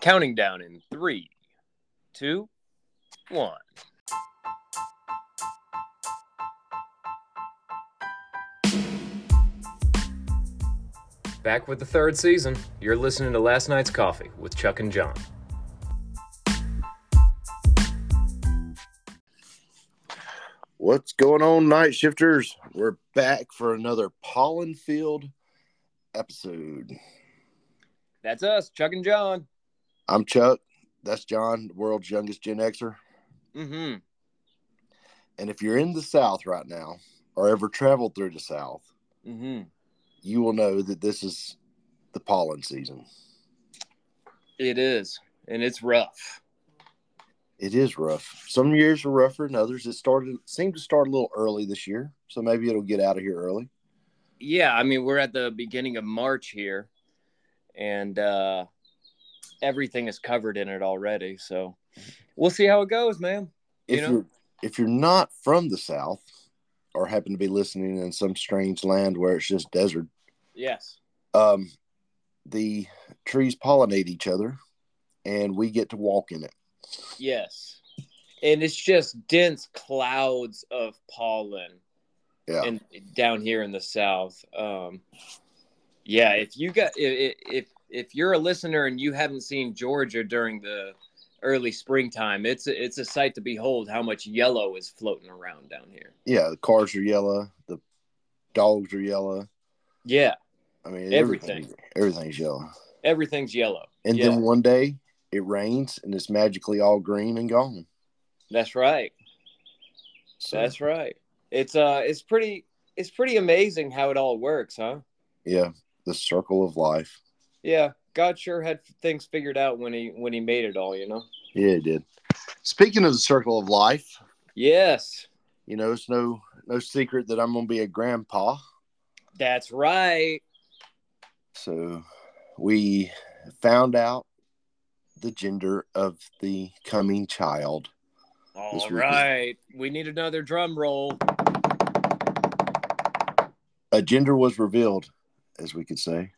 Counting down in three, two, one. Back with the third season, you're listening to Last Night's Coffee with Chuck and John. What's going on, night shifters? We're back for another pollen field episode. That's us, Chuck and John. I'm Chuck. That's John, the world's youngest Gen Xer. Mm-hmm. And if you're in the South right now or ever traveled through the South, Mm-hmm. you will know that this is the pollen season. It is, and it's rough. It is rough. Some years are rougher than others. It started seemed to start a little early this year, so maybe it'll get out of here early. Yeah, I mean, we're at the beginning of March here, and uh, everything is covered in it already. So we'll see how it goes, man. If You you know- are if you're not from the South or happen to be listening in some strange land where it's just desert, Yes. um, the trees pollinate each other and we get to walk in it. Yes. And it's just dense clouds of pollen Yeah. and down here in the south. Um, yeah, if you got i- i- if if you're a listener and you haven't seen Georgia during the early springtime, it's a, it's a sight to behold how much yellow is floating around down here. yeah, the cars are yellow, the dogs are yellow. Yeah, I mean, Everything. everything everything's yellow. everything's yellow. And yeah, then one day it rains and it's magically all green and gone. that's right. So, That's right. It's uh it's pretty it's pretty amazing how it all works, huh? yeah, the circle of life. Yeah, God sure had things figured out when he when he made it all, you know. Yeah, it did. Speaking of the circle of life, Yes, you know, it's no no secret that I'm gonna be a grandpa. that's right. So we found out the gender of the coming child. All was- right, we need another drum roll. A gender was revealed, as we could say.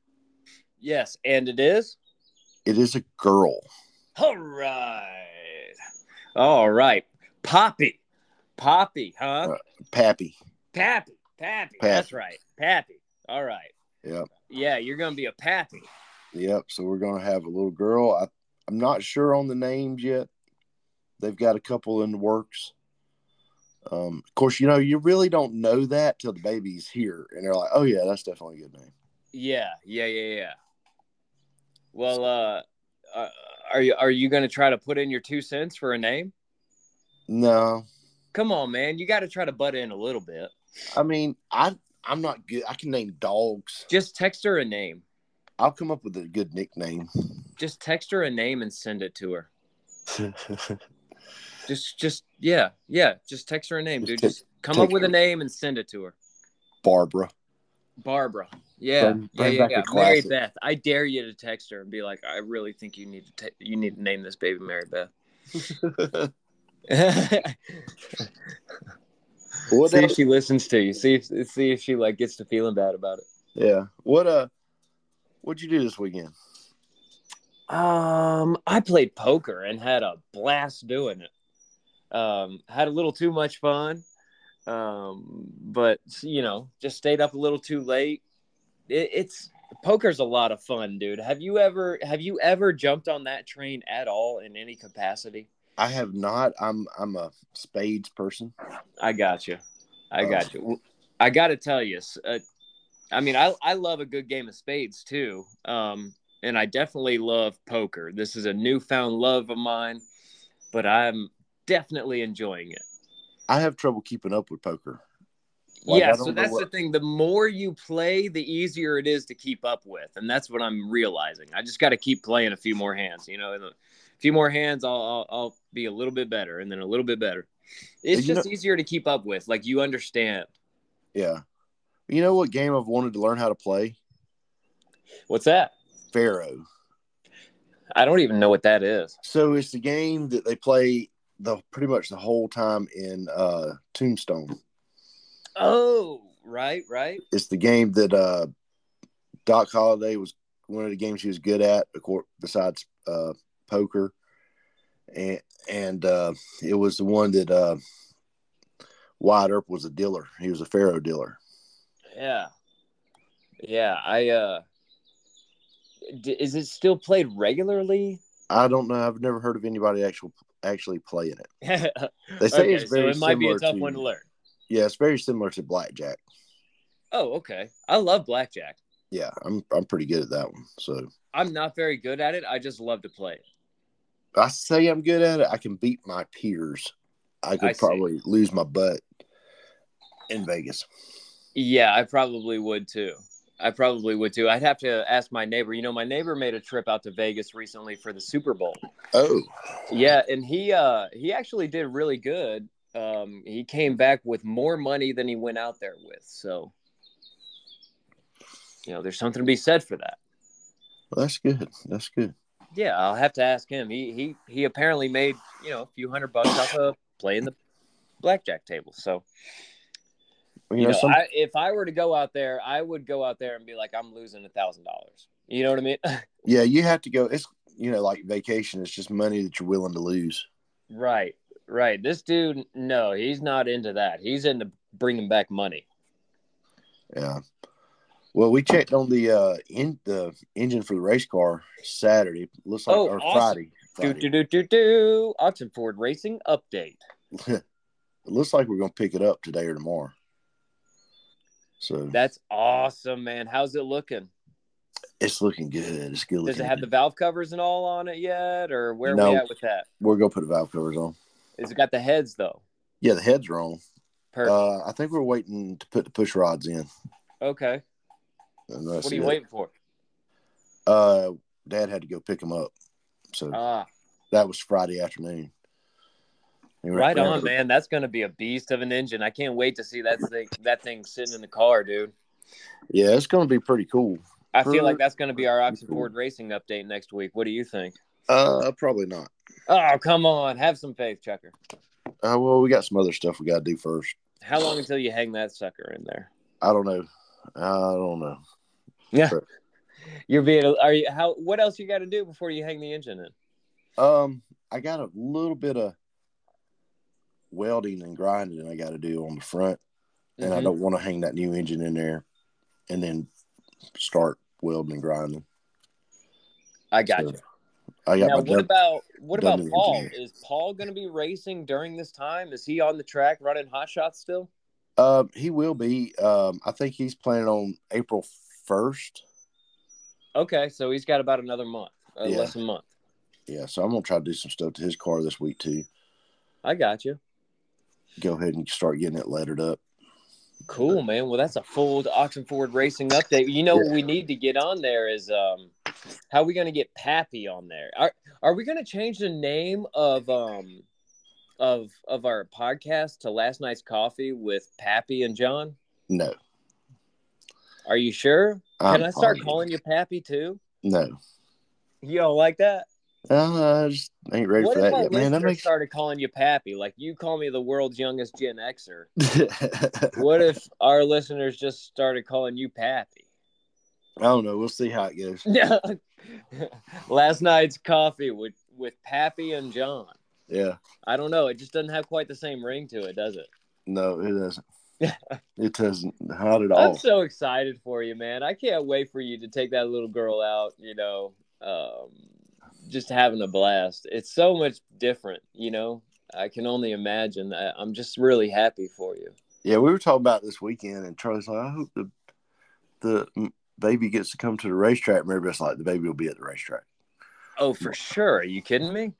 Yes, and it is. It is a girl. All right. All right. Poppy. Poppy, huh? Uh, Pappy. Pappy. Pappy. That's right. Pappy. All right. Yep. Yeah, you're going to be a pappy. Yep. So we're gonna have a little girl. I, I'm not sure on the names yet. They've got a couple in the works. Um, of course, you know you really don't know that till the baby's here, and they're like, "Oh yeah, that's definitely a good name." Yeah, yeah, yeah, yeah. Well, uh uh, are you are you going to try to put in your two cents for a name? No, Come on, man. You got to try to butt in a little bit. I mean, I I'm not good. I can name dogs. Just text her a name. I'll come up with a good nickname. Just text her a name and send it to her. Just, just, yeah, yeah. Just text her a name, Just dude. text- Just come text up with a her. name and send it to her. Barbara. Barbara. Yeah, Bring- yeah, bring yeah. back yeah. the Mary classic. Beth. I dare you to text her and be like, I really think you need to ta- you need to name this baby Mary Beth. What see if else? she listens to you. See if see if she like gets to feeling bad about it. Yeah. What uh? What'd you do this weekend? Um, I played poker and had a blast doing it. Um, had a little too much fun. Um, but you know, just stayed up a little too late. It, it's poker's a lot of fun, dude. Have you ever have you ever jumped on that train at all in any capacity? I have not. I'm I'm a spades person. I got you. I Uh, got you. I got to tell you, s- uh, I mean, I, I love a good game of spades too. Um, and I definitely love poker. This is a newfound love of mine, but I'm definitely enjoying it. I have trouble keeping up with poker. Like, I yeah, don't so know that's the what- thing. The more you play, the easier it is to keep up with. And that's what I'm realizing. I just got to keep playing a few more hands, you know, and a few more hands, I'll, I'll, I'll be a little bit better and then a little bit better. It's You just easier to keep up with. Like you understand. Yeah. You know what game I've wanted to learn how to play? What's that? Pharaoh. I don't even know what that is. So it's the game that they play the pretty much the whole time in uh, Tombstone. Oh, right, right. It's the game that uh, Doc Holliday was one of the games he was good at, of course, besides uh, poker, and and uh, it was the one that uh, Wyatt Earp was a dealer. He was a faro dealer. Yeah. Yeah, I uh d- is it still played regularly? I don't know. I've never heard of anybody actual actually playing it. They say Okay, it's very so it might be a similar tough to- one to learn. Yeah, it's very similar to blackjack. Oh, okay. I love blackjack. Yeah, I'm I'm pretty good at that one. So I'm not very good at it. I just love to play it. I say I'm good at it. I can beat my peers. I could I see. probably lose my butt in Vegas. Yeah, I probably would too. I probably would too. I'd have to ask my neighbor. You know, my neighbor made a trip out to Vegas recently for the Super Bowl. Oh, Yeah, and he uh he actually did really good. Um he came back with more money than he went out there with. So you know, there's something to be said for that. well, that's good. That's good. Yeah, I'll have to ask him. He he he apparently made, you know, a few hundred bucks off of playing the blackjack table. So You, you know, know, some, I, if I were to go out there, I would go out there and be like, I'm losing a thousand dollars. You know what I mean? yeah, you have to go. It's you know like vacation. It's just money that you're willing to lose. right, right. This dude, no, he's not into that. He's into bringing back money. Yeah. Well, we checked on the uh in the engine for the race car Saturday. Looks like Oh, or awesome. Friday. Do Friday. do do do do. Oxenford Racing update. it looks like we're gonna pick it up today or tomorrow. So That's awesome, man. How's it looking? it's looking good. It's good looking. Does it have the valve covers and all on it yet, or where are No. we at with that? We're gonna put the valve covers on. Is it got the heads though? Yeah, the heads are on. Perfect. Uh, I think we're waiting to put the push rods in. okay. And What that's are you it. waiting for? Uh, Dad had to go pick them up, so Ah, that was Friday afternoon. They were- right they on, were- man. That's gonna be a beast of an engine. I can't wait to see that thing. That thing sitting in the car, dude. Yeah, it's gonna be pretty cool. I feel Perfect. like that's going to be our Oxenford Cool. Racing update next week. What do you think? Uh, probably not. Oh, come on. Have some faith, Chucker. Uh, well, we got some other stuff we gotta do first. How long until you hang that sucker in there? I don't know. I don't know. You're being, are you, how, what else you got to do before you hang the engine in? Um, I got a little bit of welding and grinding I got to do on the front, and I Mhm. don't want to hang that new engine in there and then start welding and grinding. I got you. So, I got Now, my what dub- about, what about dummy Paul? engineer. Is Paul going to be racing during this time? Is he on the track running hot shots still? Um, he will be. Um, I think he's planning on April first. Okay. So he's got about another month, uh, Yeah. less a month. Yeah, so I'm gonna try to do some stuff to his car this week too. I got you. Go ahead and start getting it lettered up. Cool, man. Well, that's a full Oxenford Racing update. You know what we need to get on there is um, how are we going to get Pappy on there? Are are we going to change the name of um, of of our podcast to Last Night's Coffee with Pappy and John? No, Are you sure? Can I'm i start positive. calling you Pappy too? No, You don't like that? uh, I just ain't ready What for if that our yet, man. That listeners makes. started calling you Pappy? Like you call me the world's youngest Gen Xer. What if our listeners just started calling you Pappy? I don't know. We'll see how it goes. Yeah. Last night's coffee with with Pappy and John. Yeah. I don't know. It just doesn't have quite the same ring to it, does it? No, it doesn't. it doesn't. Not at all. I'm so excited for you, man. I can't wait for you to take that little girl out. You know, um, just having a blast. It's so much different. You know, I can only imagine. I, I'm just really happy for you. yeah, we were talking about this weekend, and Charlie's like, I hope the the mm, baby gets to come to the racetrack. Maybe it's like the baby will be at the racetrack. Oh, for sure. Are you kidding me?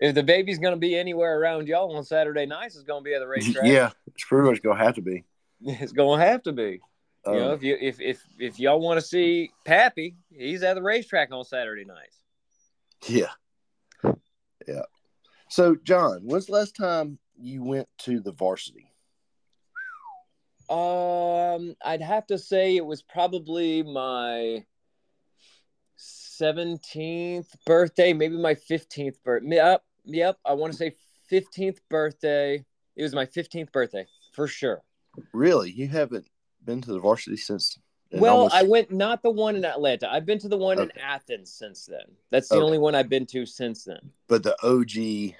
if the baby's gonna be anywhere around y'all on Saturday nights, it's gonna be at the racetrack. yeah, it's pretty much gonna have to be. it's gonna have to be. Um, you know, if you if if if y'all want to see Pappy, he's at the racetrack on Saturday nights. yeah, yeah. So, John, when's the last time you went to the varsity? Um, I'd have to say it was probably my seventeenth birthday, maybe my fifteenth birthday. Yep, yep. I want to say fifteenth birthday. It was my fifteenth birthday for sure. Really, you haven't been to the varsity since and well, almost- I went not the one in Atlanta. I've been to the one in Okay. Athens since then. That's the Okay. only one I've been to since then. but the OG.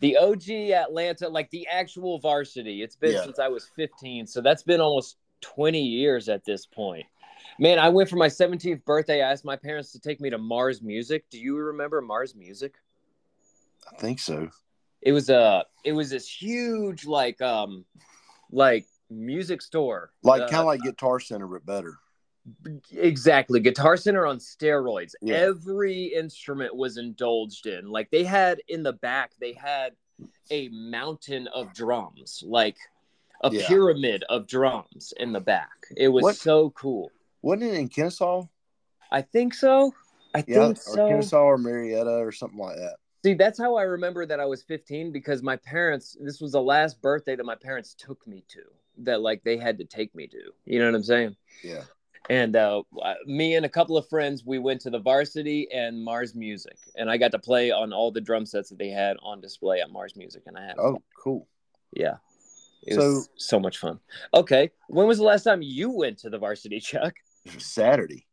The OG Atlanta, like the actual varsity, it's been Yeah. since I was 15. So that's been almost 20 years at this point. Man, I went for my 17th birthday. I asked my parents to take me to Mars Music. Do you remember Mars Music? I think so. It was a it was this huge like um like music store. Like Uh, kind of like Guitar Center, but better. Exactly. Guitar Center on steroids. Yeah. Every instrument was indulged in. Like they had in the back, they had a mountain of drums, like a Yeah. pyramid of drums in the back. It was What- so cool. Wasn't it in Kennesaw? I think so. I Yeah, or think so. Kennesaw or Marietta or something like that. See, that's how I remember that I was 15 because my parents, this was the last birthday that my parents took me to, that like they had to take me to. You know what I'm saying? Yeah. And uh, me and a couple of friends, we went to the varsity and Mars Music, and I got to play on all the drum sets that they had on display at Mars Music, and I had Oh, cool. yeah, it was so much fun. Okay, when was the last time you went to the varsity, Chuck? It was Saturday.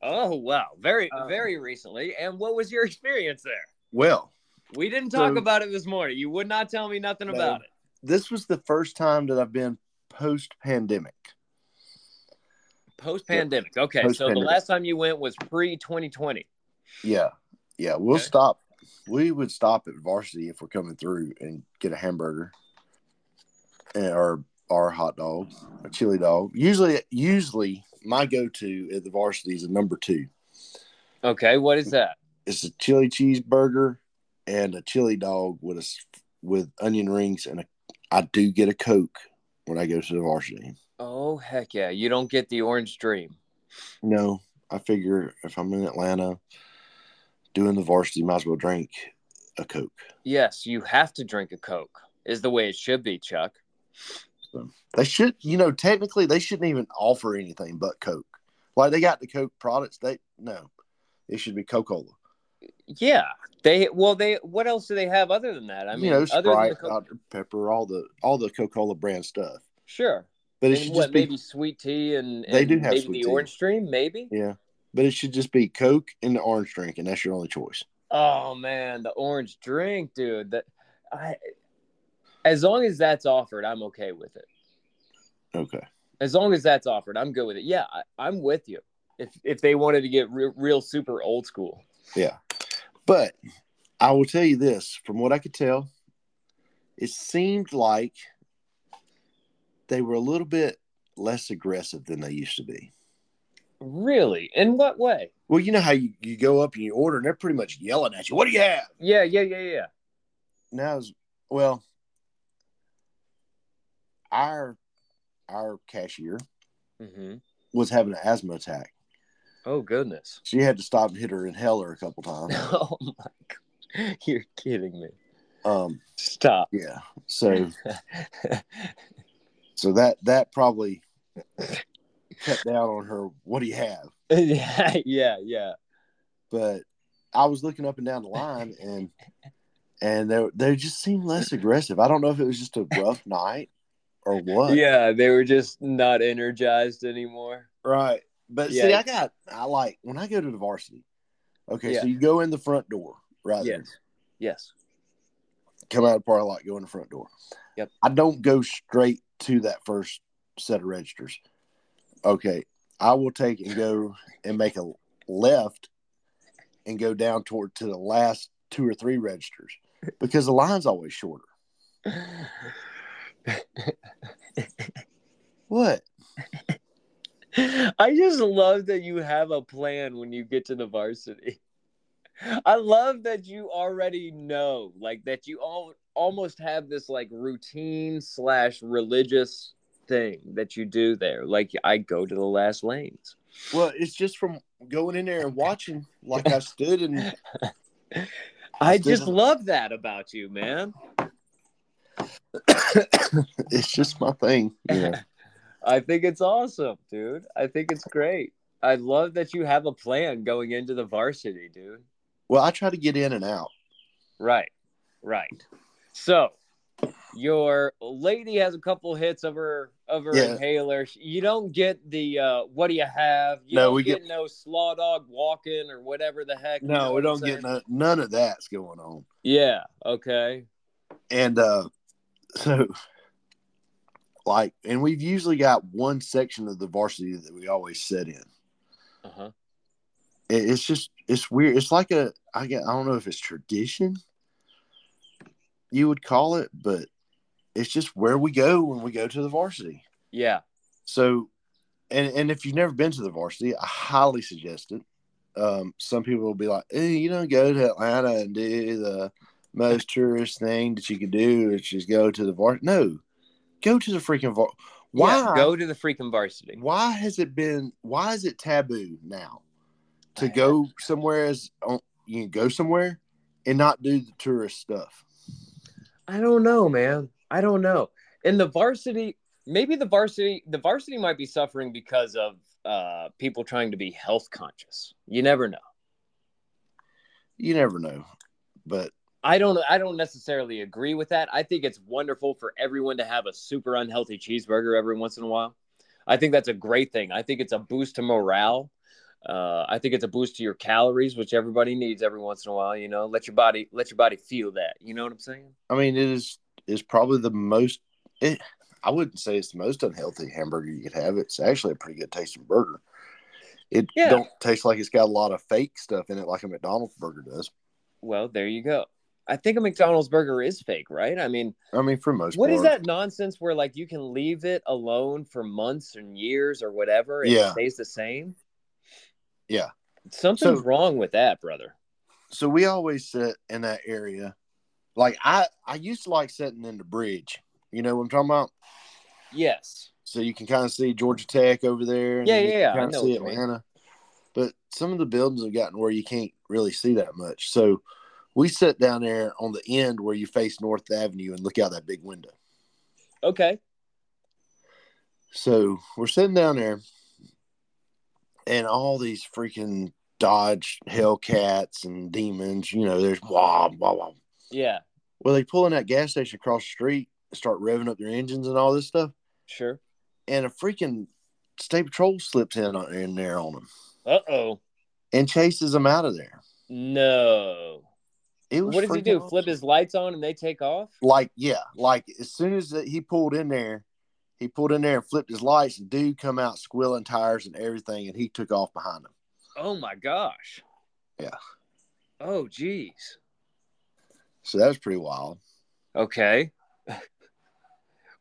Oh wow, very Um, very recently. And what was your experience there? Well, We didn't talk so- about it this morning. You would not tell me nothing No. about it. this was the first time that I've been post pandemic. Post pandemic. Okay, so the Post-pandemic. last time you went was pre 2020. Yeah. Yeah. We'll Okay. stop. We would stop at varsity if we're coming through and get a hamburger and, or or a hot dog, a chili dog. Usually, usually my go to at the varsity is a number two. Okay, what is that? It's a chili cheeseburger and a chili dog with a s- with onion rings and a. I do get a coke when I go to the varsity. Oh heck yeah, you don't get the orange dream. No, I figure if I'm in Atlanta doing the varsity, might as well drink a coke. Yes, you have to drink a Coke, is the way it should be, Chuck. They should, you know, technically they shouldn't even offer anything but Coke. Like they got the Coke products. They no, it should be Coca Cola. Yeah. They well they what else do they have other than that? I mean you know, other than Sprite, the Coke, Dr Pepper, all the all the Coca Cola brand stuff. sure. But it And should what just be maybe sweet tea and, They and do have maybe the sweet tea. orange dream, maybe? yeah. But it should just be Coke and the orange drink, and that's your only choice. Oh man, the orange drink, dude. That I as long as that's offered, I'm okay with it. Okay. As long as that's offered, I'm good with it. Yeah, I, I'm with you. If if they wanted to get re- real super old school. But I will tell you this, from what I could tell, it seemed like they were a little bit less aggressive than they used to be. Really? In what way? Well, you know how you, you go up and you order, and they're pretty much yelling at you. What do you have? Yeah, yeah, yeah, yeah. now is well our our cashier Mm-hmm. was having an asthma attack Oh goodness. she had to stop and hit her inhaler a couple times Oh my god. You're kidding me. um Stop. yeah so so that that probably cut down on her what do you have yeah, yeah, yeah. but i was looking up and down the line and and they they just seemed less aggressive i don't know if it was just a rough night or what Yeah, they were just not energized anymore. Right. But see, Yeah. I got I like when I go to the varsity. Okay, Yeah. so you go in the front door, right? there. Yes. Come out of the parking lot, go in the front door. Yep. I don't go straight to that first set of registers. Okay. I will take and go and make a left and go down toward to the last two or three registers because the line's always shorter. What? I just love that you have a plan when you get to the varsity. I love that you already know, like that you all almost have this like routine slash religious thing that you do there. Like I go to the last lanes. Well, it's just from going in there and watching like I stood and I It's just different. love that about you, man. it's just my thing. You know. I think it's awesome, dude. I think it's great. I love that you have a plan going into the varsity, dude. Well, I try to get in and out. Right. Right. So, Your lady has a couple hits of her of her Yeah. inhaler. You don't get the uh, what do you have? You No, don't we get, no slaw dog walking or whatever the heck. you know No, we what I'm don't get saying? no, none of that's going on. Yeah. Okay. And uh so like and we've usually got one section of the varsity that we always sit in. Uh huh. It, it's just it's weird. It's like a I get I don't know if it's tradition you would call it, but it's just where we go when we go to the varsity. Yeah. So, and and if you've never been to the varsity, I highly suggest it. Um, some people will be like, eh, you know, go to Atlanta and do the most tourist thing that you could do, which is go to the varsity. No, go to the freaking var. Why? Yeah, go to the freaking varsity. Why has it been? Why is it taboo now to I- go somewhere as on- you can go somewhere and not do the tourist stuff? I don't know, man. I don't know. And the varsity, maybe the varsity, the varsity might be suffering because of uh, people trying to be health conscious. You never know. You never know, but I don't. I don't necessarily agree with that. I think it's wonderful for everyone to have a super unhealthy cheeseburger every once in a while. I think that's a great thing. I think it's a boost to morale. Uh, I think it's a boost to your calories, which everybody needs every once in a while. You know, let your body let your body feel that. You know what I'm saying? I mean, it is is probably the most. It, I wouldn't say it's the most unhealthy hamburger you could have. It's actually a pretty good tasting burger. It Yeah. don't taste like it's got a lot of fake stuff in it, like a McDonald's burger does. Well, there you go. I think a McDonald's burger is fake, right? I mean, I mean, for most. What is part. that nonsense where like you can leave it alone for months and years or whatever and it Yeah. stays the same? Yeah. Something's So- wrong with that, brother. So we always sit in that area. Like I, I used to like sitting in the bridge. You know what I'm talking about? Yes. So you can kind of see Georgia Tech over there. Yeah, then you yeah, can yeah. I kinda know see what you mean. Atlanta. But some of the buildings have gotten where you can't really see that much. So we sit down there on the end where you face North Avenue and look out that big window. Okay. So we're sitting down there, and all these freaking Dodge Hellcats and demons, you know, there's blah, blah, blah. Yeah. Well, they pull in that gas station across the street, start revving up their engines and all this stuff, Sure. and a freaking state patrol slips in, on, in there on them Uh oh. and chases them out of there. No. It was What does he freaking do? awesome. Flip his lights on and they take off? Like, yeah, like as soon as that he pulled in there, he pulled in there and flipped his lights, and dude come out squealing tires and everything, and he took off behind him. Oh my gosh. Yeah. Oh geez. So that was pretty wild. Okay.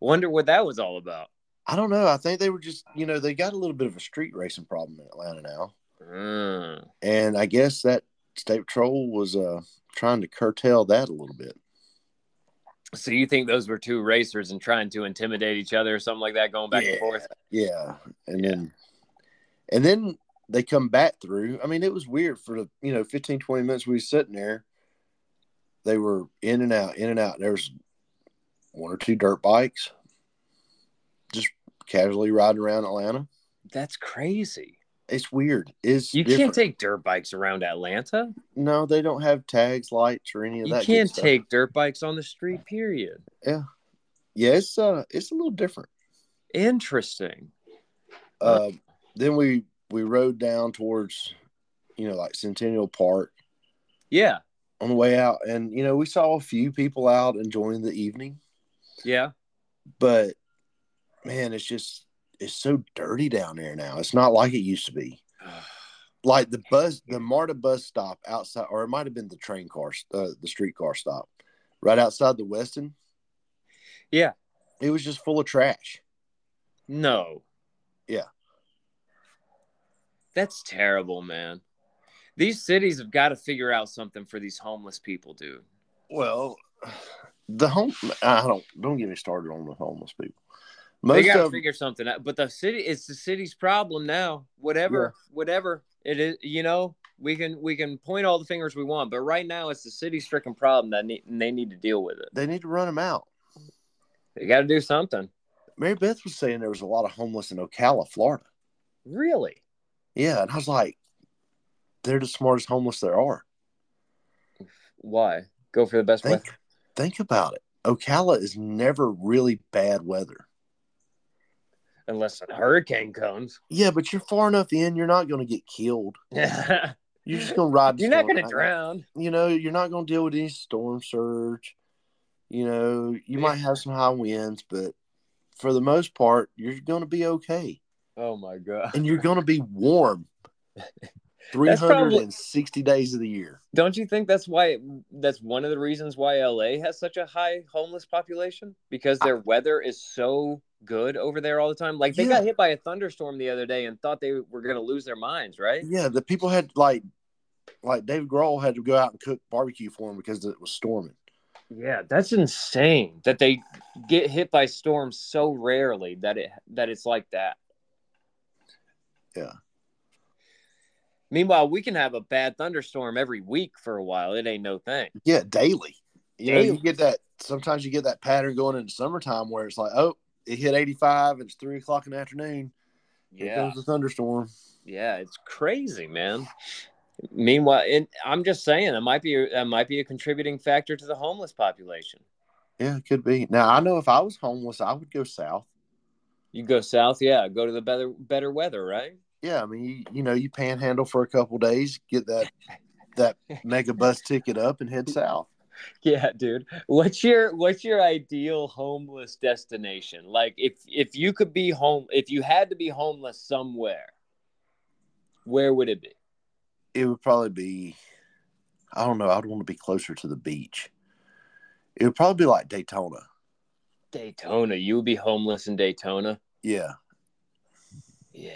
Wonder what that was all about. I don't know. I think they were just, you know, they got a little bit of a street racing problem in Atlanta now, Mm. and I guess that state patrol was uh trying to curtail that a little bit. So you think those were two racers and trying to intimidate each other or something like that, going back and Yeah. forth? Yeah, and Yeah. then and then they come back through. I mean, it was weird for the you know 15, 20 minutes we was sitting there. They were in and out, in and out. There's one or two dirt bikes, just casually riding around Atlanta. That's crazy. It's weird. It's You can't different. take dirt bikes around Atlanta. no, they don't have tags, lights, or any of You that. good can't stuff. take dirt bikes on the street, period. Yeah, it's uh, it's a little different. Interesting. Uh, then we we rode down towards, you know, like Centennial Park. Yeah. on the way out and you know we saw a few people out enjoying the evening Yeah. but man it's just it's so dirty down there now it's not like it used to be like the bus the marta bus stop outside or it might have been the train car uh, the streetcar stop right outside the weston Yeah. it was just full of trash No. Yeah. That's terrible, man. These cities have got to figure out something for these homeless people, dude. well the home i don't don't get me started on the homeless people they most got to of figure something out. But the city, it's the city's problem now. Whatever, whatever it is, you know, we can we can point all the fingers we want, but right now it's the city's freaking problem that need, and they need to deal with it. they need to run them out They got to do something. mary beth was saying there was a lot of homeless in ocala florida Really? Yeah, and I was like, they're the smartest homeless there are. Why? Go for the best way. Think, think about it. Ocala is never really bad weather. unless a hurricane comes. Yeah, but you're far enough in, you're not going to get killed. you're You're just going to ride. the not storm going to out. drown. You know, you're not going to deal with any storm surge. You know, you might have some high winds, but for the most part, you're going to be okay, Oh my god! and you're going to be warm. Three That's probably- hundred and sixty days of the year. Don't you think that's why? That's one of the reasons why LA has such a high homeless population because their weather is so good over there all the time. Like they Yeah. got hit by a thunderstorm the other day and thought they were going to lose their minds, right? Yeah, the people had like, like David Grohl had to go out and cook barbecue for him because it was storming. Yeah, that's insane that they get hit by storms so rarely that it that it's like that. Yeah. Meanwhile, we can have a bad thunderstorm every week for a while. It ain't no thing. Yeah, daily. You know, you Daily. get that. Sometimes you get that pattern going in the summertime where it's like, oh, it hit eighty-five. It's three o'clock in the afternoon. Here comes a thunderstorm. Yeah, it's crazy, man. Meanwhile, and I'm just saying, it might be that might be a contributing factor to the homeless population. Yeah, it could be. Now I know if I was homeless, I would go south. You go south, yeah, go to the better better weather, right? Yeah, I mean, you, you know, you panhandle for a couple days, get that that mega bus ticket up, and head south. Yeah, dude. What's your what's your ideal homeless destination? Like if if you could be home if you had to be homeless somewhere, where would it be? It would probably be, I don't know. I'd want to be closer to the beach. It would probably be like Daytona. Daytona. You would be homeless in Daytona? Yeah, Yeah.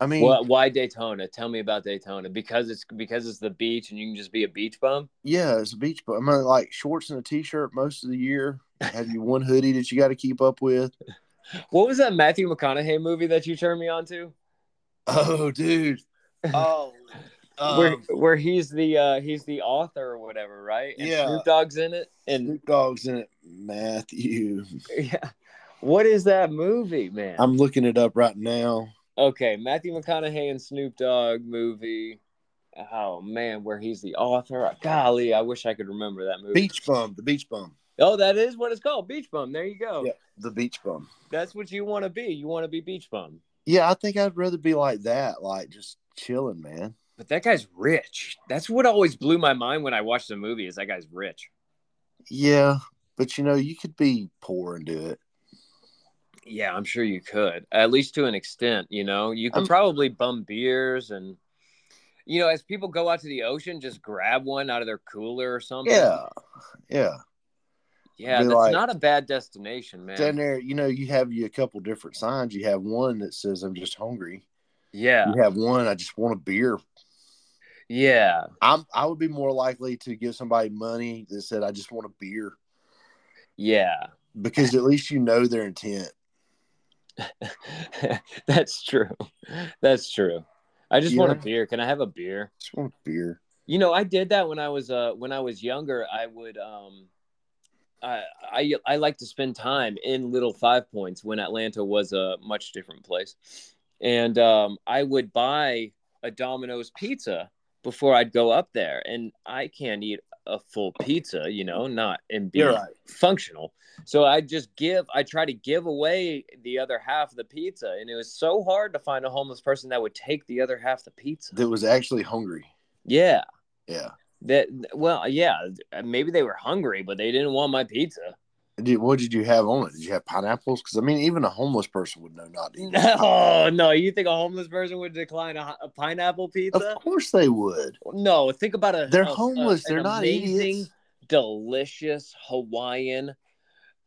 I mean, Why, why Daytona? Tell me about Daytona. Because it's because it's the beach and you can just be a beach bum? Yeah, it's a beach, but I'm mean, like shorts and a t-shirt most of the year. Have you one hoodie that you got to keep up with? What was that Matthew McConaughey movie that you turned me on to? Oh, dude. Oh, um, where where he's the uh he's the author or whatever, right? And Yeah. Snoop Dogg's in it. And Snoop Dogg's in it. Matthew, yeah. What is that movie, man? I'm looking it up right now. okay, Matthew McConaughey and Snoop Dogg movie. Oh man, where he's the author. Golly, I wish I could remember that movie. Beach bum, the beach bum, Oh, that is what it's called, Beach Bum. There you go. Yeah. the beach bum. That's what you want to be. You want to be Beach Bum. Yeah, I think I'd rather be like that, like just chilling, man. But that guy's rich. That's what always blew my mind when I watched the movie is that guy's rich. Yeah, but you know, you could be poor and do it. Yeah, I'm sure you could. At least to an extent, you know. You can I'm- probably bum beers and you know, as people go out to the ocean, just grab one out of their cooler or something. Yeah, yeah. Yeah, Be that's like- not a bad destination, man. Down there, you know, you have you a couple different signs. You have one that says "I'm just hungry." Yeah. you have one i just want a beer Yeah. i'm i would be more likely to give somebody money that said i just want a beer Yeah. because at least you know their intent That's true. That's true. I just want a Yeah. beer. Can I have a beer? just want a beer You know, I did that when I was uh when I was younger. I would um I I I like to spend time in Little Five Points when Atlanta was a much different place. And um I would buy a Domino's pizza before I'd go up there and I can't eat a full pizza, you know, not and be You're right. functional. So I just give I try to give away the other half of the pizza and it was so hard to find a homeless person that would take the other half of the pizza. that was actually hungry Yeah. yeah That well, yeah, uh, maybe they were hungry, but they didn't want my pizza. Did- what did you have on it did you have pineapples because i mean even a homeless person would know not to eat it. No, Oh, no, you think a homeless person would decline a, a pineapple pizza? of course they would No, think about a. they're a- homeless a- an they're not idiots delicious Hawaiian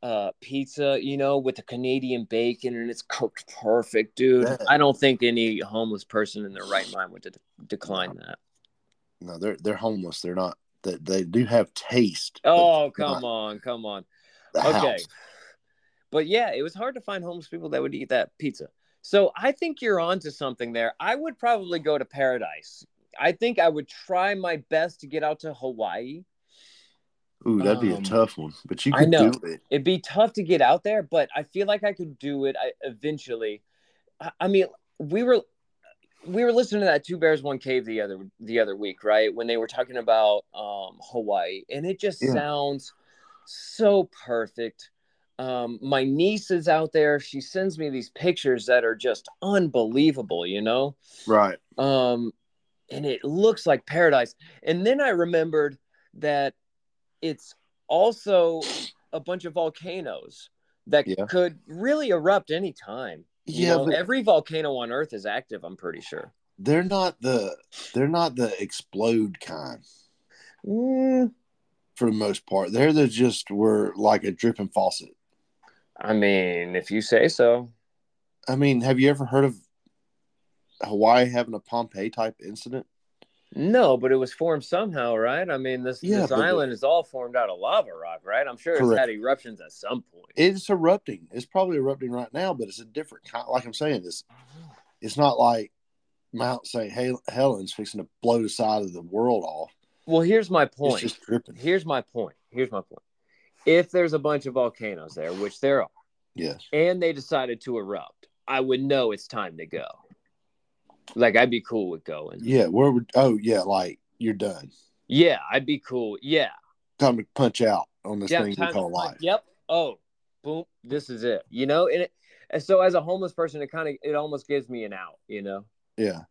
uh pizza, you know, with the Canadian bacon and it's cooked perfect, dude. Yeah. I don't think any homeless person in their right mind would de- decline that. no they're they're homeless they're not they, they do have taste but Oh, not come on, come on. the Okay. house. But yeah, it was hard to find homeless people that would eat that pizza. So I think you're onto something there. I would probably go to paradise. I think I would try my best to get out to Hawaii. Ooh, that'd be Um, a tough one, but you I could know. do it. It'd be tough to get out there, but I feel like I could do it I, eventually. I, I mean, we were we were listening to that Two Bears One Cave the other the other week, right? When they were talking about um, Hawaii, and it just Yeah. sounds so perfect. Um, my niece is out there. She sends me these pictures that are just unbelievable, you know? Right. Um, and it looks like paradise. And then I remembered that it's also a bunch of volcanoes that Yeah. could really erupt any time. You Yeah, know, but- every volcano on Earth is active, I'm pretty sure. They're not the they're not the explode kind Mm, for the most part. They're the just were like a dripping faucet. I mean, if you say so. I mean, have you ever heard of Hawaii having a Pompeii type incident? No, but it was formed somehow, right? I mean, this, Yeah, this but- island is all formed out of lava rock, right? I'm sure it's Correct. had eruptions at some point. It's erupting. It's probably erupting right now, but it's a different kind. Like I'm saying, it's it's not like Mount St. Hel- Helens fixing to blow the side of the world off. Well, here's my It's point. just dripping. Here's my point. Here's my point. If there's a bunch of volcanoes there, which there are, Yes. and they decided to erupt, I would know it's time to go. Like I'd be cool with going. Yeah. Where would? Oh yeah. Like you're done. Yeah, I'd be cool. Yeah. Time to punch out on this yeah thing we time- call life. Yep. Oh, boom. This is it. You know, and, it, and so as a homeless person, it kind of it almost gives me an out. You know, Yeah.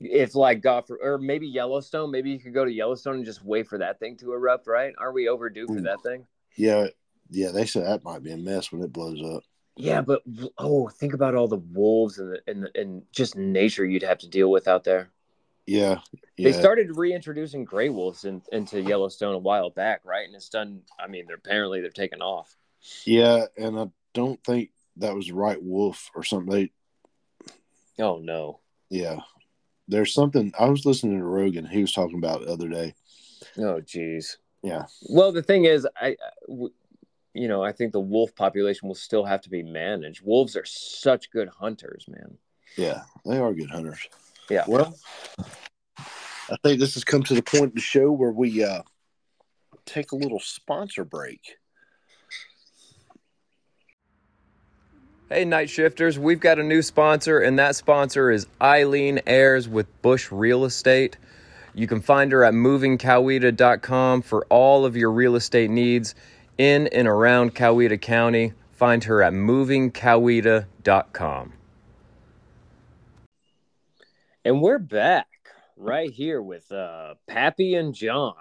if like God for, or maybe Yellowstone, maybe you could go to Yellowstone and just wait for that thing to erupt. Right? Aren't we overdue for Ooh. that thing? Yeah. Yeah. They said that might be a mess when it blows up. Yeah, but w- oh, think about all the wolves and the, and the, and just nature you'd have to deal with out there. Yeah. Yeah. They started reintroducing gray wolves in, into Yellowstone a while back, right? And it's done. I mean, they're apparently they're taking off. yeah. And I don't think that was the right wolf or something. They, Oh no! yeah. There's something I was listening to Rogan. He was talking about it the other day. Oh geez. Yeah. Well, the thing is, I, I- w- you know, I think the wolf population will still have to be managed. Wolves are such good hunters, man. Yeah. They are good hunters. Yeah. Well, I think this has come to the point of the show where we uh, take a little sponsor break. Hey, night shifters, we've got a new sponsor, and that sponsor is Eileen Ayers with Bush Real Estate. You can find her at movingcoweta.com for all of your real estate needs in and around Coweta County. Find her at movingcoweta.com. And we're back right here with uh Pappy and John.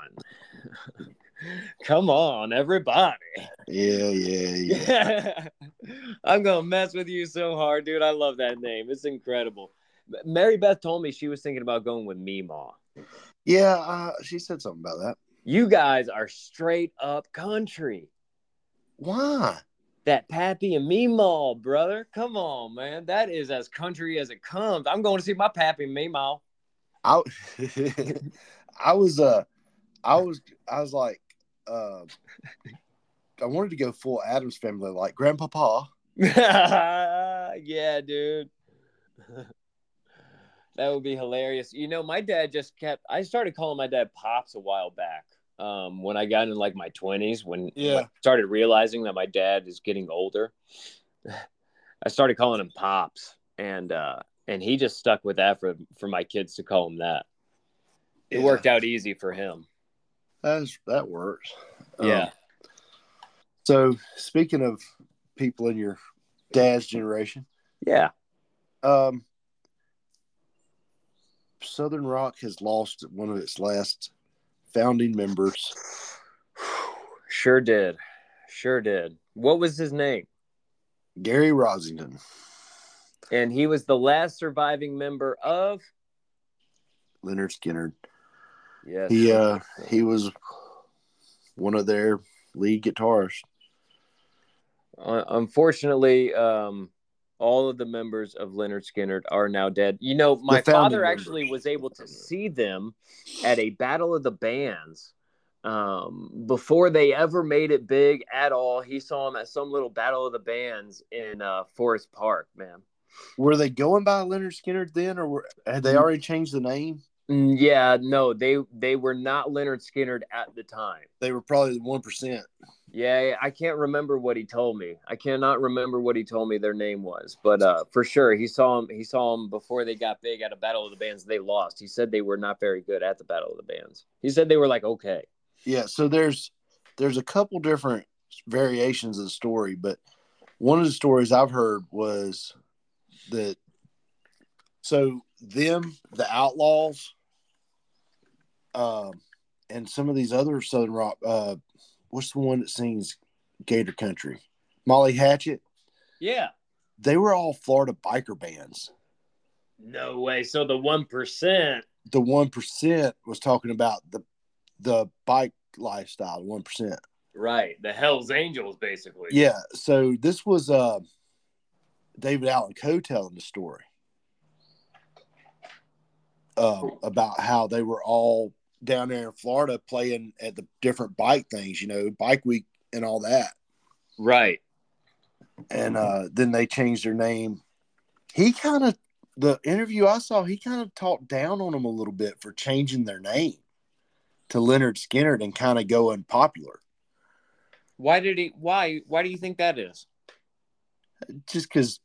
Come on, everybody. Yeah. Yeah. Yeah. I'm gonna mess with you so hard, dude. I love that name. It's incredible. M- Mary Beth told me she was thinking about going with Meemaw. yeah. Uh, she said something about that. You guys are straight up country. Why? That Pappy and Meemaw, brother. Come on, man. That is as country as it comes. I'm going to see my Pappy and Meemaw. I I was uh I was I was like uh I wanted to go full Adams family like grandpapa. yeah, dude. that would be hilarious. You know, my dad just kept I started calling my dad Pops a while back. Um, when I got in like my twenties, when Yeah. when I started realizing that my dad is getting older, I started calling him Pops. And uh and he just stuck with that for for my kids to call him that. It Yeah. worked out easy for him. That's that works. Um, Yeah. so speaking of people in your dad's generation, Yeah. um Southern Rock has lost one of its last founding members. Sure did. Sure did. What was his name? Gary Rosington. and he was the last surviving member of Leonard Skinner. yes He uh he was one of their lead guitarists. Un- unfortunately um all of the members of Leonard Skinner are now dead. You know, my founding father members. actually was able to see them at a battle of the bands um, before they ever made it big at all. He saw them at some little battle of the bands in uh, Forest Park, man. Were they going by Leonard Skinner then, or were, had they already changed the name? Mm, Yeah, no, they they were not Leonard Skinner at the time. They were probably the one percent. Yeah, I can't remember what he told me. I cannot remember what he told me their name was, but uh, for sure he saw him. He saw him before they got big at a battle of the bands. They lost. He said they were not very good at the battle of the bands. He said they were like okay. Yeah. So there's there's a couple different variations of the story, but one of the stories I've heard was that so them, the outlaws, um, and some of these other Southern rock. Uh, what's the one that sings Gator Country? Molly Hatchet. Yeah. They were all Florida biker bands. No way. So the one percent. The one percent was talking about the the bike lifestyle. One percent. Right. The Hell's Angels, basically. Yeah. So this was uh, David Allen Coe telling the story um, about how they were all down there in Florida playing at the different bike things, you know, bike week and all that. Right. And uh, then they changed their name. He kind of, the interview I saw, he kind of talked down on them a little bit for changing their name to Leonard Skinner and kind of going popular. Why did he? Why? Why do you think that is? Just because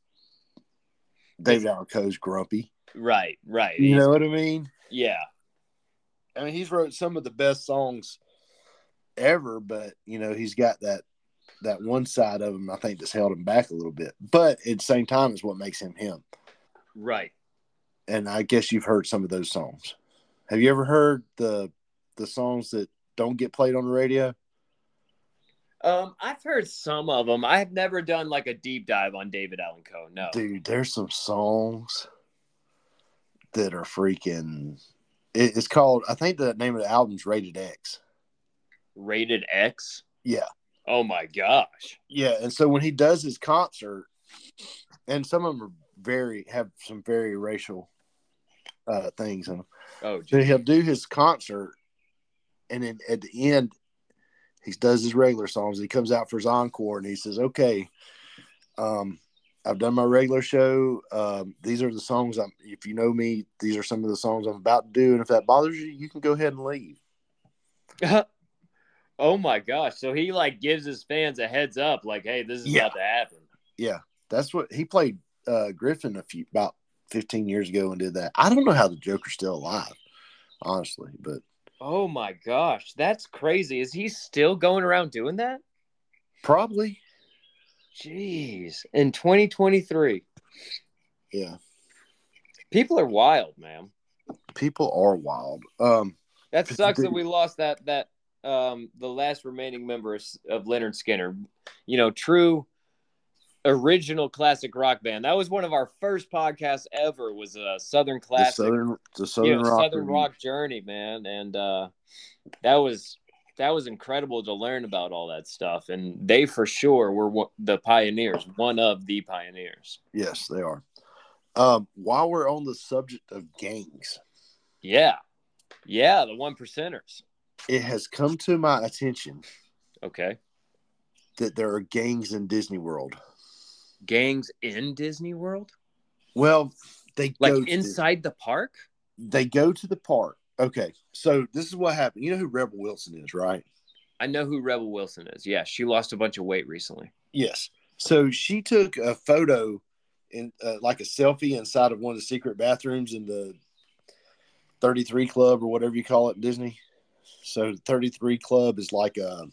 David Allen Coe's grumpy. Right. Right. You know what I mean? Yeah. I mean, he's wrote some of the best songs ever, but you know, he's got that that one side of him I think that's held him back a little bit. But at the same time, is what makes him him. Right. And I guess you've heard some of those songs. Have you ever heard the the songs that don't get played on the radio? Um, I've heard some of them. I've never done like a deep dive on David Allen Coe. No. Dude, there's some songs that are freaking. it- It's called. I think the name of the album's Rated X. Rated X. Yeah. Oh my gosh. Yeah, and so when he does his concert, and some of them are very have some very racial uh, things in them. Oh, So he'll do his concert, and then at the end, he does his regular songs. He comes out for his encore, and he says, "Okay, um, I've done my regular show. Um, these are the songs. I'm, if you know me, these are some of the songs I'm about to do. And if that bothers you, you can go ahead and leave." oh my gosh. So he like gives his fans a heads up, like, hey, this is Yeah. about to happen. That's what he played uh, Griffin a few about 15 years ago and did that. I don't know how the Joker's still alive, honestly, but Oh my gosh, that's crazy. Is he still going around doing that? probably, Jeez, in 2023, yeah. people are wild, man. People are wild. Um, That sucks that we lost that that um the last remaining member of, of Leonard Skinner. You know, true original classic rock band. That was one of our first podcasts ever was a Southern the classic southern, the southern you know, rock, Southern review. Rock journey, man, and uh, that was that was incredible to learn about all that stuff. And they for sure were one, the pioneers, one of the pioneers. Yes, they are. Um, while we're on the subject of gangs, Yeah, yeah, the one percenters. it has come to my attention Okay, that there are gangs in Disney World. gangs in Disney World, Well, they like go to- inside the park. they go to the park. Okay, so this is what happened. You know who Rebel Wilson is, right? I know who Rebel Wilson is. Yeah, she lost a bunch of weight recently. Yes. So she took a photo in uh, like a selfie inside of one of the secret bathrooms in the 33 Club or whatever you call it in Disney. So 33 Club is like a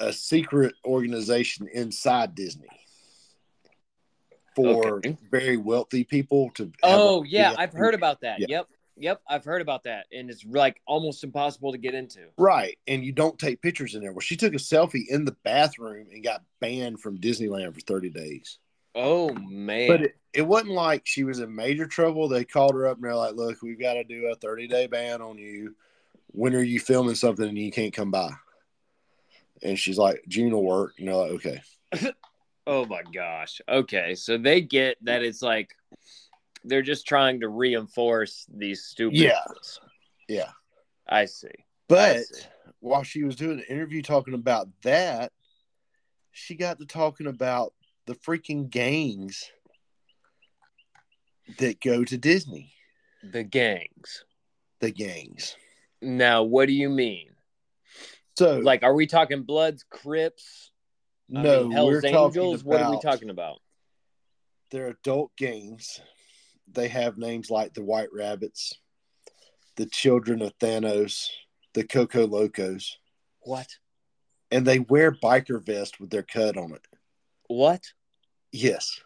a secret organization inside Disney for Okay. very wealthy people to have Oh a- yeah, I've heard about that. Yeah. Yep, yep, I've heard about that, and it's like almost impossible to get into. Right. And you don't take pictures in there. Well, she took a selfie in the bathroom and got banned from Disneyland for 30 days. Oh man, But it, it wasn't like she was in major trouble. They called her up and they're like, look, we've got to do a 30 day ban on you. When are you filming something and you can't come by? And she's like, June will work. And they're like, okay. Oh my gosh. Okay. So they get that it's like they're just trying to reinforce these stupid. Yeah. rules. Yeah. I see. I But see. while she was doing the interview talking about that, she got to talking about the freaking gangs that go to Disney. the gangs. The gangs. Now, what do you mean? So, Like, are we talking Bloods, Crips? I no, mean, Hell's we're Angels? talking What about are we talking about? they're adult games. They have names like the White Rabbits, the Children of Thanos, the Coco Locos. What? and they wear biker vest with their cut on it. What? Yes.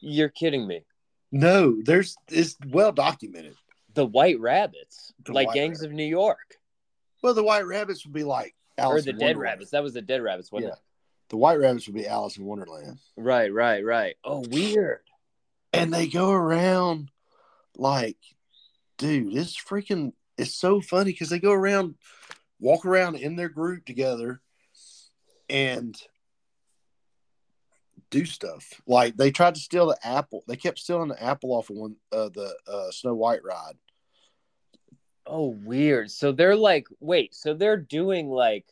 You're kidding me. No, there's it's well documented. The White Rabbits, The like White Gangs of New York, Well, the White Rabbits would be like Alice or the in Dead Wonderland. Rabbits. That was the Dead Rabbits, wasn't Yeah. The White Rabbits would be Alice in Wonderland, it? Right, right, right. Oh, weird. and they go around like, dude, it's freaking. It's so funny because they go around, walk around in their group together, and do stuff. Like they tried to steal the apple. They kept stealing the apple off of one uh, the uh, Snow White ride. Oh, weird. So they're like, wait, so they're doing like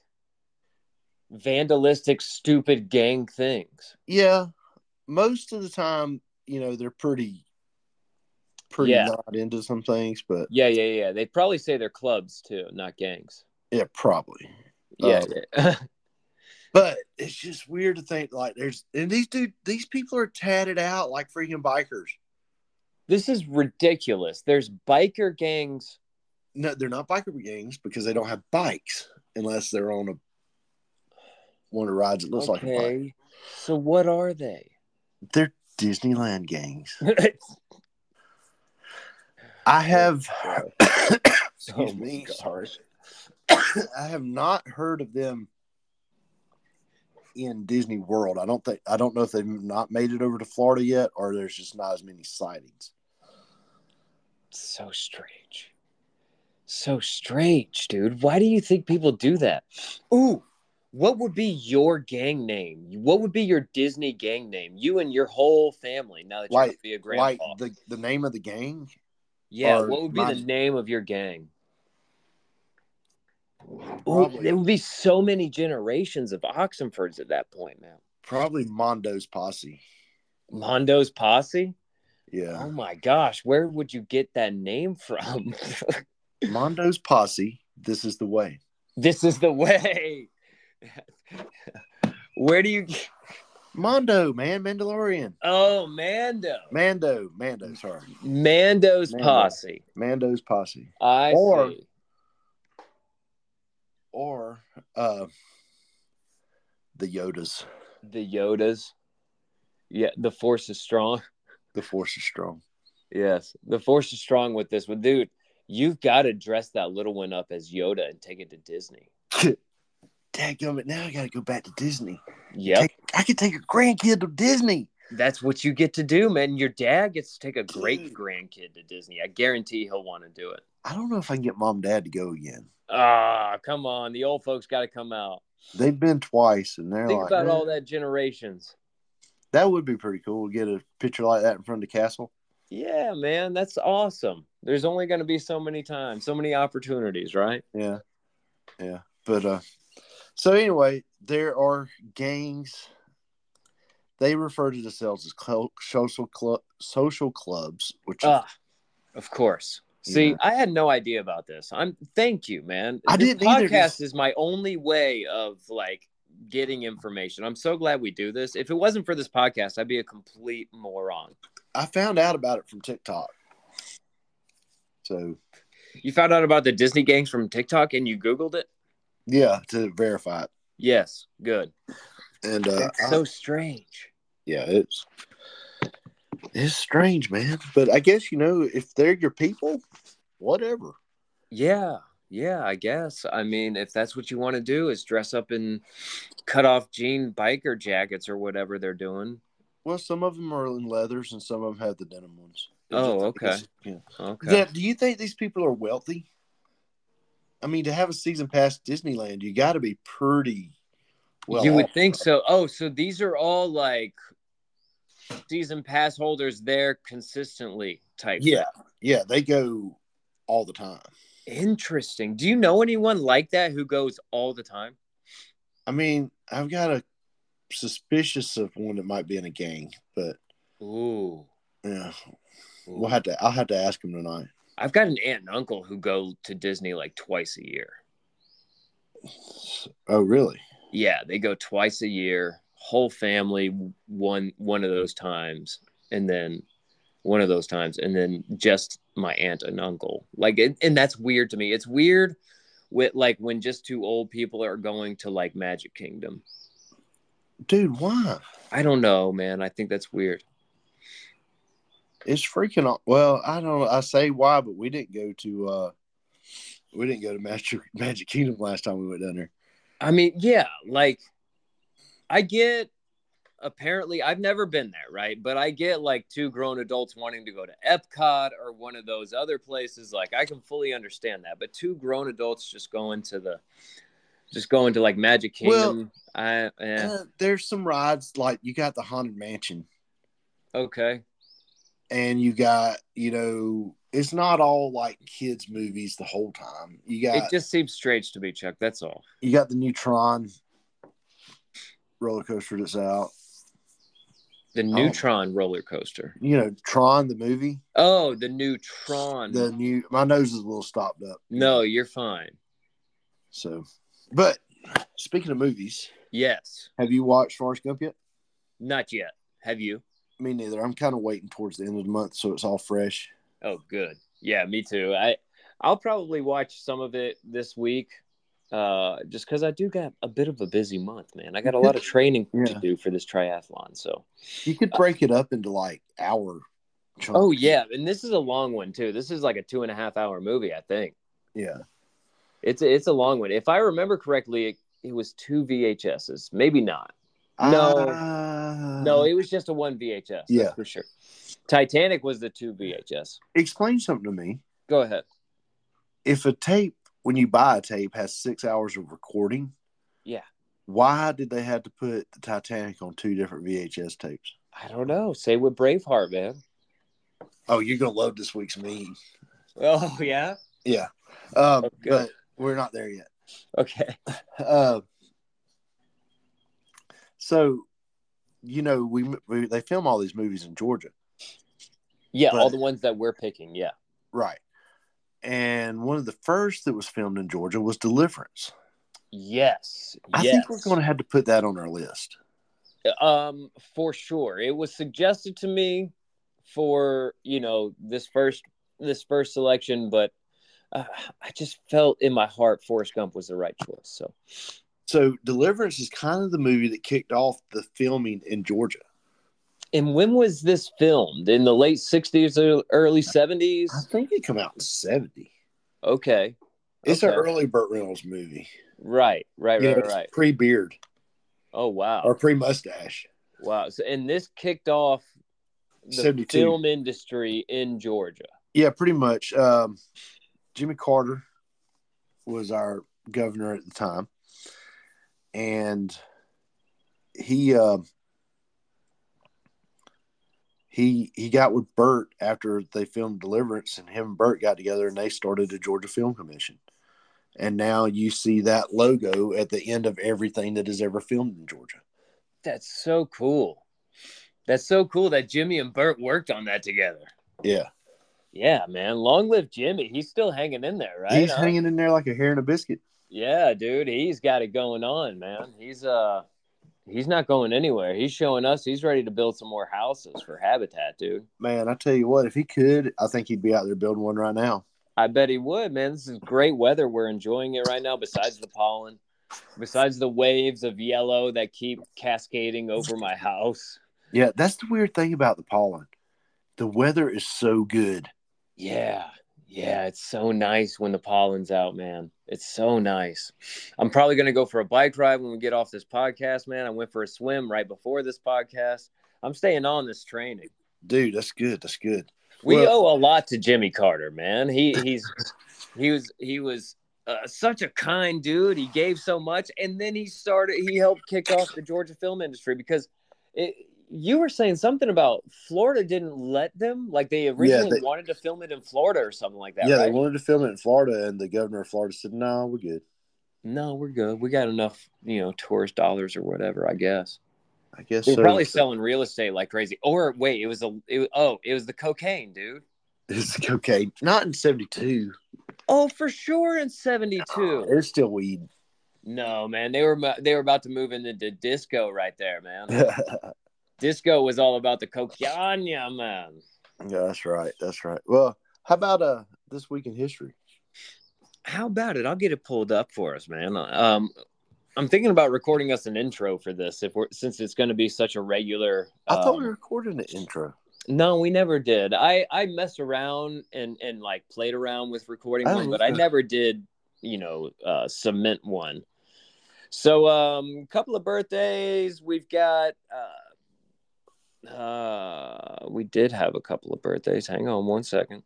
vandalistic, stupid gang things. Yeah, most of the time, you know, they're pretty, pretty Yeah. not into some things, but Yeah, yeah, yeah. They probably say they're clubs too, not gangs. yeah, probably. Oh. Yeah. yeah. But it's just weird to think like there's and these dude, these people are tatted out like freaking bikers. this is ridiculous. There's biker gangs. No, they're not biker gangs because they don't have bikes unless they're on a one of the rides that looks like a bike. okay. so what are they? They're Disneyland gangs. I have, excuse Oh my me, gosh. sorry. I have not heard of them in Disney World. I don't think I don't know if they've not made it over to Florida yet, or there's just not as many sightings. so strange. So strange, dude. Why do you think people do that? Ooh, what would be your gang name? What would be your Disney gang name? You and your whole family now that you're Like- gonna be a grandpa. Like the the name of the gang, yeah, or what would be my- the name of your gang? Ooh, Probably- there would be so many generations of Oxenfords at that point, man. probably Mondo's posse. Mondo's posse? Yeah, Oh my gosh, where would you get that name from? Mondo's posse. This is the way. this is the way. Where do you? Mondo, man, Mandalorian, Oh, Mando. Mando, Mando. Sorry, Mando's Mando. posse. Mando's posse. I Or- see. or uh, the Yodas. the Yodas. Yeah, the force is strong. The Force is strong. Yes, the force is strong with this one, dude. You've got to dress that little one up as Yoda and take it to Disney. Dadgummit, now I got to go back to Disney. Yep, Take- I could take a grandkid to Disney. that's what you get to do, man. Your dad gets to take a great Dude. grandkid to Disney. I guarantee he'll want to do it. I don't know if I can get mom and dad to go again. Ah, come on, the old folks got to come out. They've been twice, and they're Think like, about "Man, all that generations. that would be pretty cool to get a picture like that in front of the castle. Yeah, man, that's awesome. There's only going to be so many times, so many opportunities, right? Yeah. Yeah. But uh so anyway, there are gangs. They refer to themselves as cl- social club social clubs, which Ah, of course. See, Yeah. I had no idea about this. I'm thank you, man. I this didn't either. podcast is my only way of like getting information. I'm so glad we do this. If it wasn't for this podcast, I'd be a complete moron. I found out about it from TikTok. So You found out about the Disney gangs from TikTok and you googled it? yeah, to verify it, Yes, good. and uh, That's I- so strange. yeah, it's it's strange, man. But I guess you know if they're your people, whatever. Yeah, yeah, I guess. I mean, if that's what you want to do, is dress up in cut off jean biker jackets or whatever they're doing. Well, some of them are in leathers, and some of them have the denim ones. Oh, okay. It's- yeah. Okay. Now, do you think these people are wealthy? I mean, to have a season pass at Disneyland, you got to be pretty well. uh, you would off. think so. Oh, so these are all like season pass holders there consistently type. yeah, yeah, they go all the time. Interesting. Do you know anyone like that who goes all the time? I mean, I've got a suspicious of one that might be in a gang, but Ooh. yeah, Ooh. we'll have to. I'll have to ask him tonight. I've got an aunt and uncle who go to Disney like twice a year. Oh, really? Yeah, they go twice a year, whole family one one of those times, and then one of those times, and then just my aunt and uncle. Like, it, and that's weird to me. It's weird with like when just two old people are going to like Magic Kingdom. Dude, why? I don't know, man. I think that's weird. It's freaking aw- well, I don't know. I say why, but we didn't go to uh we didn't go to Magic Magic Kingdom last time we went down there. I mean, yeah, like I get apparently I've never been there, right? But I get like two grown adults wanting to go to Epcot or one of those other places. Like I can fully understand that, but two grown adults just going to the just going to like Magic Kingdom. I eh, yeah, Uh, there's some rides like you got the Haunted Mansion okay. and you got, you know, it's not all like kids movies the whole time. You got It just seems strange to me, Chuck. That's all. you got the Neutron roller coaster that's out. The Neutron roller coaster. You know, Tron the movie. Oh, the Neutron. The new my nose is a little stopped up. no, you're fine. So but speaking of movies, Yes, have you watched Forrest Gump yet? not yet. Have you? Me neither. I'm kind of waiting towards the end of the month, so it's all fresh. Oh, good. Yeah, me too. I I'll probably watch some of it this week, uh, just because I do got a bit of a busy month, man. I got a lot of training to Yeah. do for this triathlon. So, You could break it up into like hour. Chunks. Uh, oh yeah, and this is a long one too. This is like a two and a half hour movie, I think. yeah. It's it's a long one. If I remember correctly, it, it was two VHSs, maybe not. No. Ah. No, it was just a one VHS. that's Yeah. for sure. Titanic was the two VHS. explain something to me. Go ahead. If a tape, when you buy a tape, has six hours of recording, Yeah. why did they have to put the Titanic on two different VHS tapes? I don't know. Say with Braveheart, man. Oh, you're gonna love this week's meme. Oh yeah. Yeah, um, Okay. but we're not there yet. Okay. Uh, so, you know, we, we they film all these movies in Georgia, Yeah, all But- the ones that we're picking. Yeah. right? And one of the first that was filmed in Georgia was Deliverance. Yes. I yes. think we're going to have to put that on our list. um for sure. It was suggested to me for, you know, this first this first selection, but uh, I just felt in my heart Forrest Gump was the right choice. So, So Deliverance is kind of the movie that kicked off the filming in Georgia. and when was this filmed? In the late 60s or early 70s? I think it came out in seventy. Okay. It's Okay. an early Burt Reynolds movie. Right, right, You know, right, it's right. Pre-beard Oh wow. or pre-mustache. Wow. So, and this kicked off the 72. film industry in Georgia. Yeah, pretty much. Um, Jimmy Carter was our governor at the time, and he uh, he he got with Burt after they filmed Deliverance, and him and Burt got together, and they started the Georgia Film Commission. And now you see that logo at the end of everything that is ever filmed in Georgia. That's so cool. That's so cool that Jimmy and Bert worked on that together. Yeah, Yeah, man. Long live Jimmy. He's still hanging in there, right? he's Huh? hanging in there like a hair in a biscuit. Yeah, dude. He's got it going on, man. He's uh he's not going anywhere. He's showing us he's ready to build some more houses for habitat, dude. Man, I tell you what, if he could, I think he'd be out there building one right now. I bet he would, man. This is great weather. We're enjoying it right now, besides the pollen, besides the waves of yellow that keep cascading over my house. Yeah, that's the weird thing about the pollen. The weather is so good. Yeah. Yeah, it's so nice when the pollen's out, man. It's so nice. I'm probably going to go for a bike ride when we get off this podcast, man. I went for a swim right before this podcast. I'm staying on this training. Dude, that's good. That's good. We Well- owe a lot to Jimmy Carter, man. He he's he was he was uh, such a kind dude. He gave so much and then he started he helped kick off the Georgia film industry because it, you were saying something about Florida didn't let them like they originally they- wanted to film it in Florida or something like that, yeah, right? they wanted to film it in Florida, and the governor of Florida said, no, we're good. no, we're good. We got enough, you know, tourist dollars or whatever, I guess. I guess They were so. probably selling real estate like crazy. Or wait, it was a it, oh, it was the cocaine, dude. It's cocaine. Not in 72. Oh, for sure in 72. There's still weed. No, man, they were mo- they were about to move into the disco right there, man. yeah, disco was all about the cocaine, man. that's right. That's right. Well, how about uh this week in history? How about it? I'll get it pulled up for us, man. Um, I'm thinking about recording us an intro for this if we're since it's going to be such a regular. I thought um, we recorded an intro. No, we never did. I I messed around and and like played around with recording Oh, one, but I okay. never did, you know, uh cement one. So um couple of birthdays. We've got uh uh we did have a couple of birthdays. Hang on one second.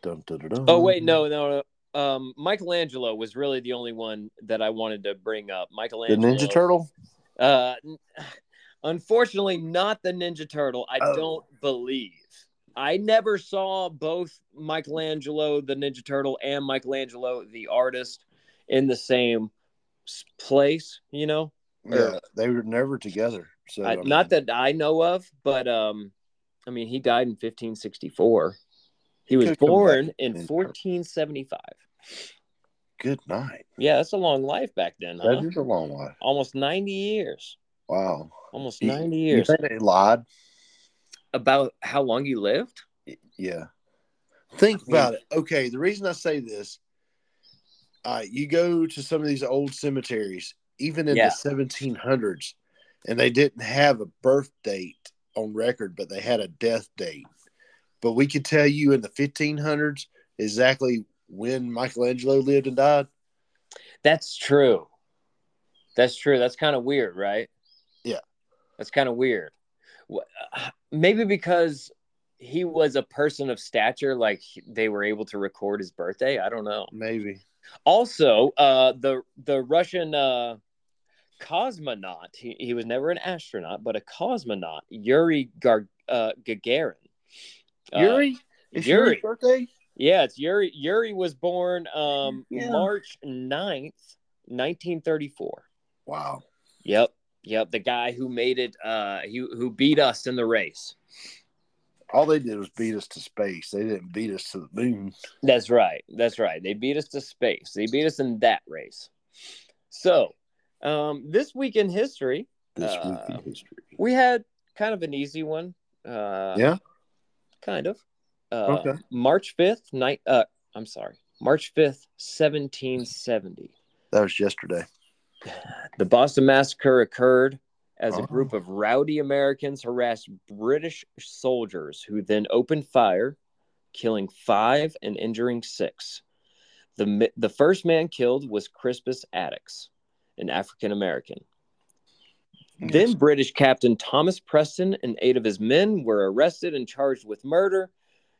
Dun, dun, dun, dun. Oh wait, no, no, no. Um Michelangelo was really the only one that I wanted to bring up. The Michelangelo. Ninja Turtle? Uh n- unfortunately, not the Ninja Turtle. I Oh. don't believe. I never saw both Michelangelo the Ninja Turtle and Michelangelo the artist in the same s- place. You know, Yeah. They were never together. So I, Oh, I mean, not that I know of, but um, I mean, he died in 1564. He was Could come back born in and- 1475. Good night. Yeah, that's a long life back then. Huh? That is a long one. Almost 90 years. Wow. Almost You- 90 You years. think they lied? About how long he lived? Yeah. Think mean- about it. Okay, the reason I say this, uh, you go to some of these old cemeteries, even in Yeah. the 1700s, and they didn't have a birth date on record, but they had a death date. But we could tell you in the 1500s exactly when Michelangelo lived and died. That's true. That's true. That's kind of weird, right? Yeah. That's kind of weird. Wh- Maybe because he was a person of stature, like he- they were able to record his birthday. I don't know. Maybe. Also, uh, the the Russian uh, cosmonaut. He, he was never an astronaut, but a cosmonaut, Yuri Gar- uh, Gagarin. Uh, Yuri? It's Yuri's Yuri. birthday? Yeah, it's Yuri. Yuri was born um, Yeah. March 9th, 1934. Wow. Yep. Yep. The guy who made it, uh, he, who beat us in the race. All they did was beat us to space. They didn't beat us to the moon. That's right. That's right. They beat us to space. They beat us in that race. So, um, this week in history, This Uh, week in history. we had kind of an easy one. Uh, Yeah? Kind of. Uh, Okay. March 5th, night. Uh, I'm sorry. March 5th, 1770. That was yesterday. The Boston Massacre occurred as a Oh. group of rowdy Americans harassed British soldiers who then opened fire, killing five and injuring six. The, mi- the first man killed was Crispus Attucks, an African American. Then British Captain Thomas Preston and eight of his men were arrested and charged with murder.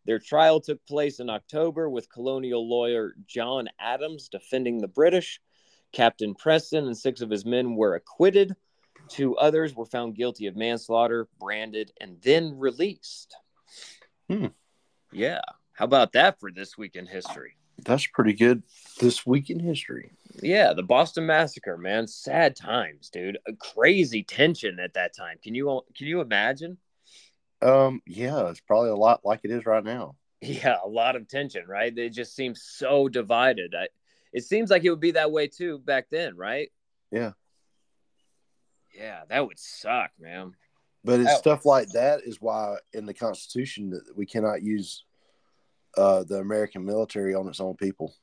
Their trial took place in October with colonial lawyer John Adams defending the British. Captain Preston and six of his men were acquitted. Two others were found guilty of manslaughter, branded, and then released. Hmm. Yeah. How about that for this week in history? That's pretty good. This week in history. Yeah, the Boston Massacre, man. Sad times, dude. A crazy tension at that time. Can you can you imagine? Um, yeah, it's probably a lot like it is right now. Yeah, a lot of tension, right? They just seem so divided. I, it seems like it would be that way too back then, right? Yeah. Yeah, that would suck, man. But it's Oh. stuff like that is why in the Constitution that we cannot use uh, the American military on its own people.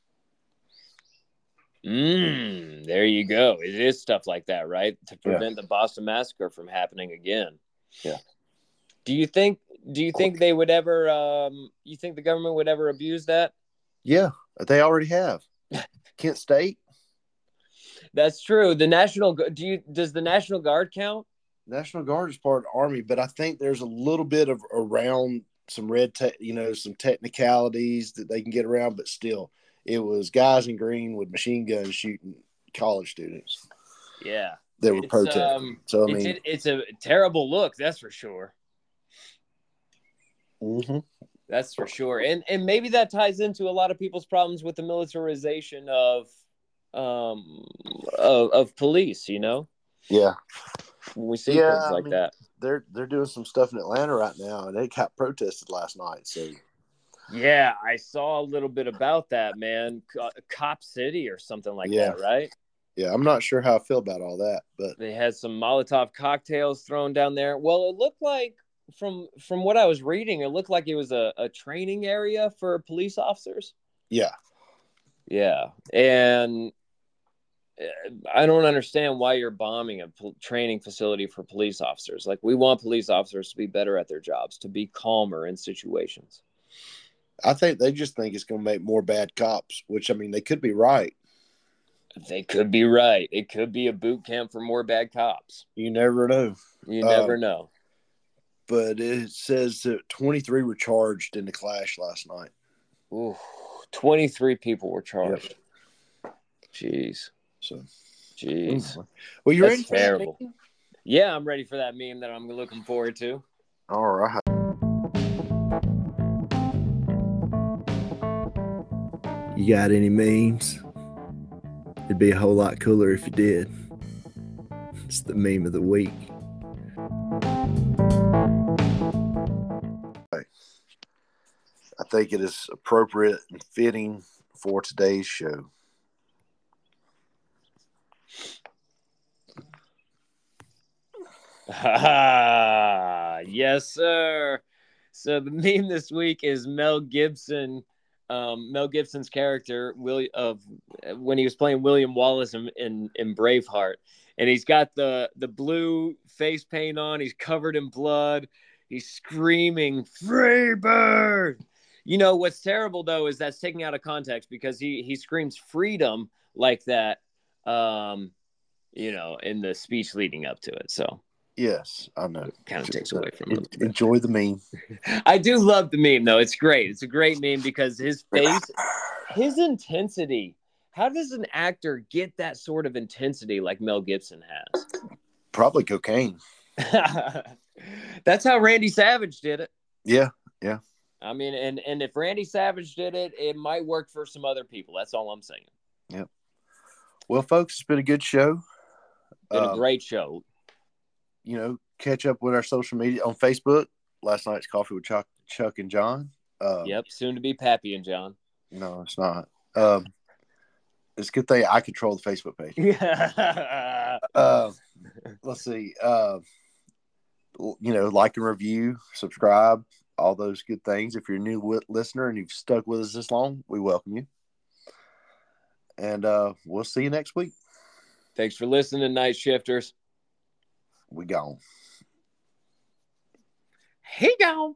Mm, there you go. It is stuff like that, right? To Yeah. prevent the Boston Massacre from happening again. Yeah. Do you think do you think they would ever um you think the government would ever abuse that? Yeah, they already have. Kent State That's true. The national Gu- do you does the national guard count? National Guard is part of the Army, but I think there's a little bit of around some red, te- you know, some technicalities that they can get around. But still, it was guys in green with machine guns shooting college students Yeah, that were It's, protesting. um, so I it's mean, it, it's a terrible look. That's for sure. mhm. That's for sure. And and maybe that ties into a lot of people's problems with the militarization of um of, of police. You know, yeah. when we see Yeah, things I like mean- that. they're they're doing some stuff in Atlanta right now, and it got protested last night. So Yeah, I saw a little bit about that, man. Co- Cop City or something like Yeah. that, right? yeah, I'm not sure how I feel about all that, but they had some Molotov cocktails thrown down there. Well, it looked like from from what I was reading, it looked like it was a, a training area for police officers. yeah, Yeah, and uh, I don't understand why you're bombing a pol- training facility for police officers. Like we want police officers to be better at their jobs, to be calmer in situations. I think they just think it's going to make more bad cops, which I mean they could be right. They could be right. It could be a boot camp for more bad cops. You never know. You Um, never know. But it says that 23 were charged in the clash last night. Ooh, 23 people were charged. Jeez. So, Jeez. well, you That's ready? for that, terrible. Nathan? Yeah, I'm ready for that meme that I'm looking forward to. All right. You got any memes? It'd be a whole lot cooler if you did. It's the meme of the week. I think it is appropriate and fitting for today's show. Ah, yes, sir. So the meme this week is Mel Gibson. Um, Mel Gibson's character Will of when he was playing William Wallace in, in in Braveheart, and he's got the the blue face paint on. He's covered in blood. He's screaming "Free bird!" You know what's terrible though is that's taken out of context because he he screams freedom like that. Um, you know, in the speech leading up to it. So Yes, I know. kind of takes away from En- it. Enjoy the meme. I do love the meme though. It's great. It's a great meme because his face, his intensity. How does an actor get that sort of intensity like Mel Gibson Probably cocaine. has? That's how Randy Savage did it. Yeah. I mean, and and if Randy Savage did it, it might work for some other people. That's all I'm saying. Well, folks, it's been a good show. Been a Um, great show. you know, catch up with our social media on Facebook. Last night's coffee with Chuck, Chuck and John. Um, Yep. Soon to be Pappy and John. No, it's not. Um, it's a good thing I control the Facebook page. Yeah. Uh, let's see. Uh, l- you know, like and review, subscribe, all those good things. If you're a new wi- listener and you've stuck with us this long, we welcome you. And uh, we'll see you next week. Thanks for listening, Night Shifters. We gone. Hey, gone.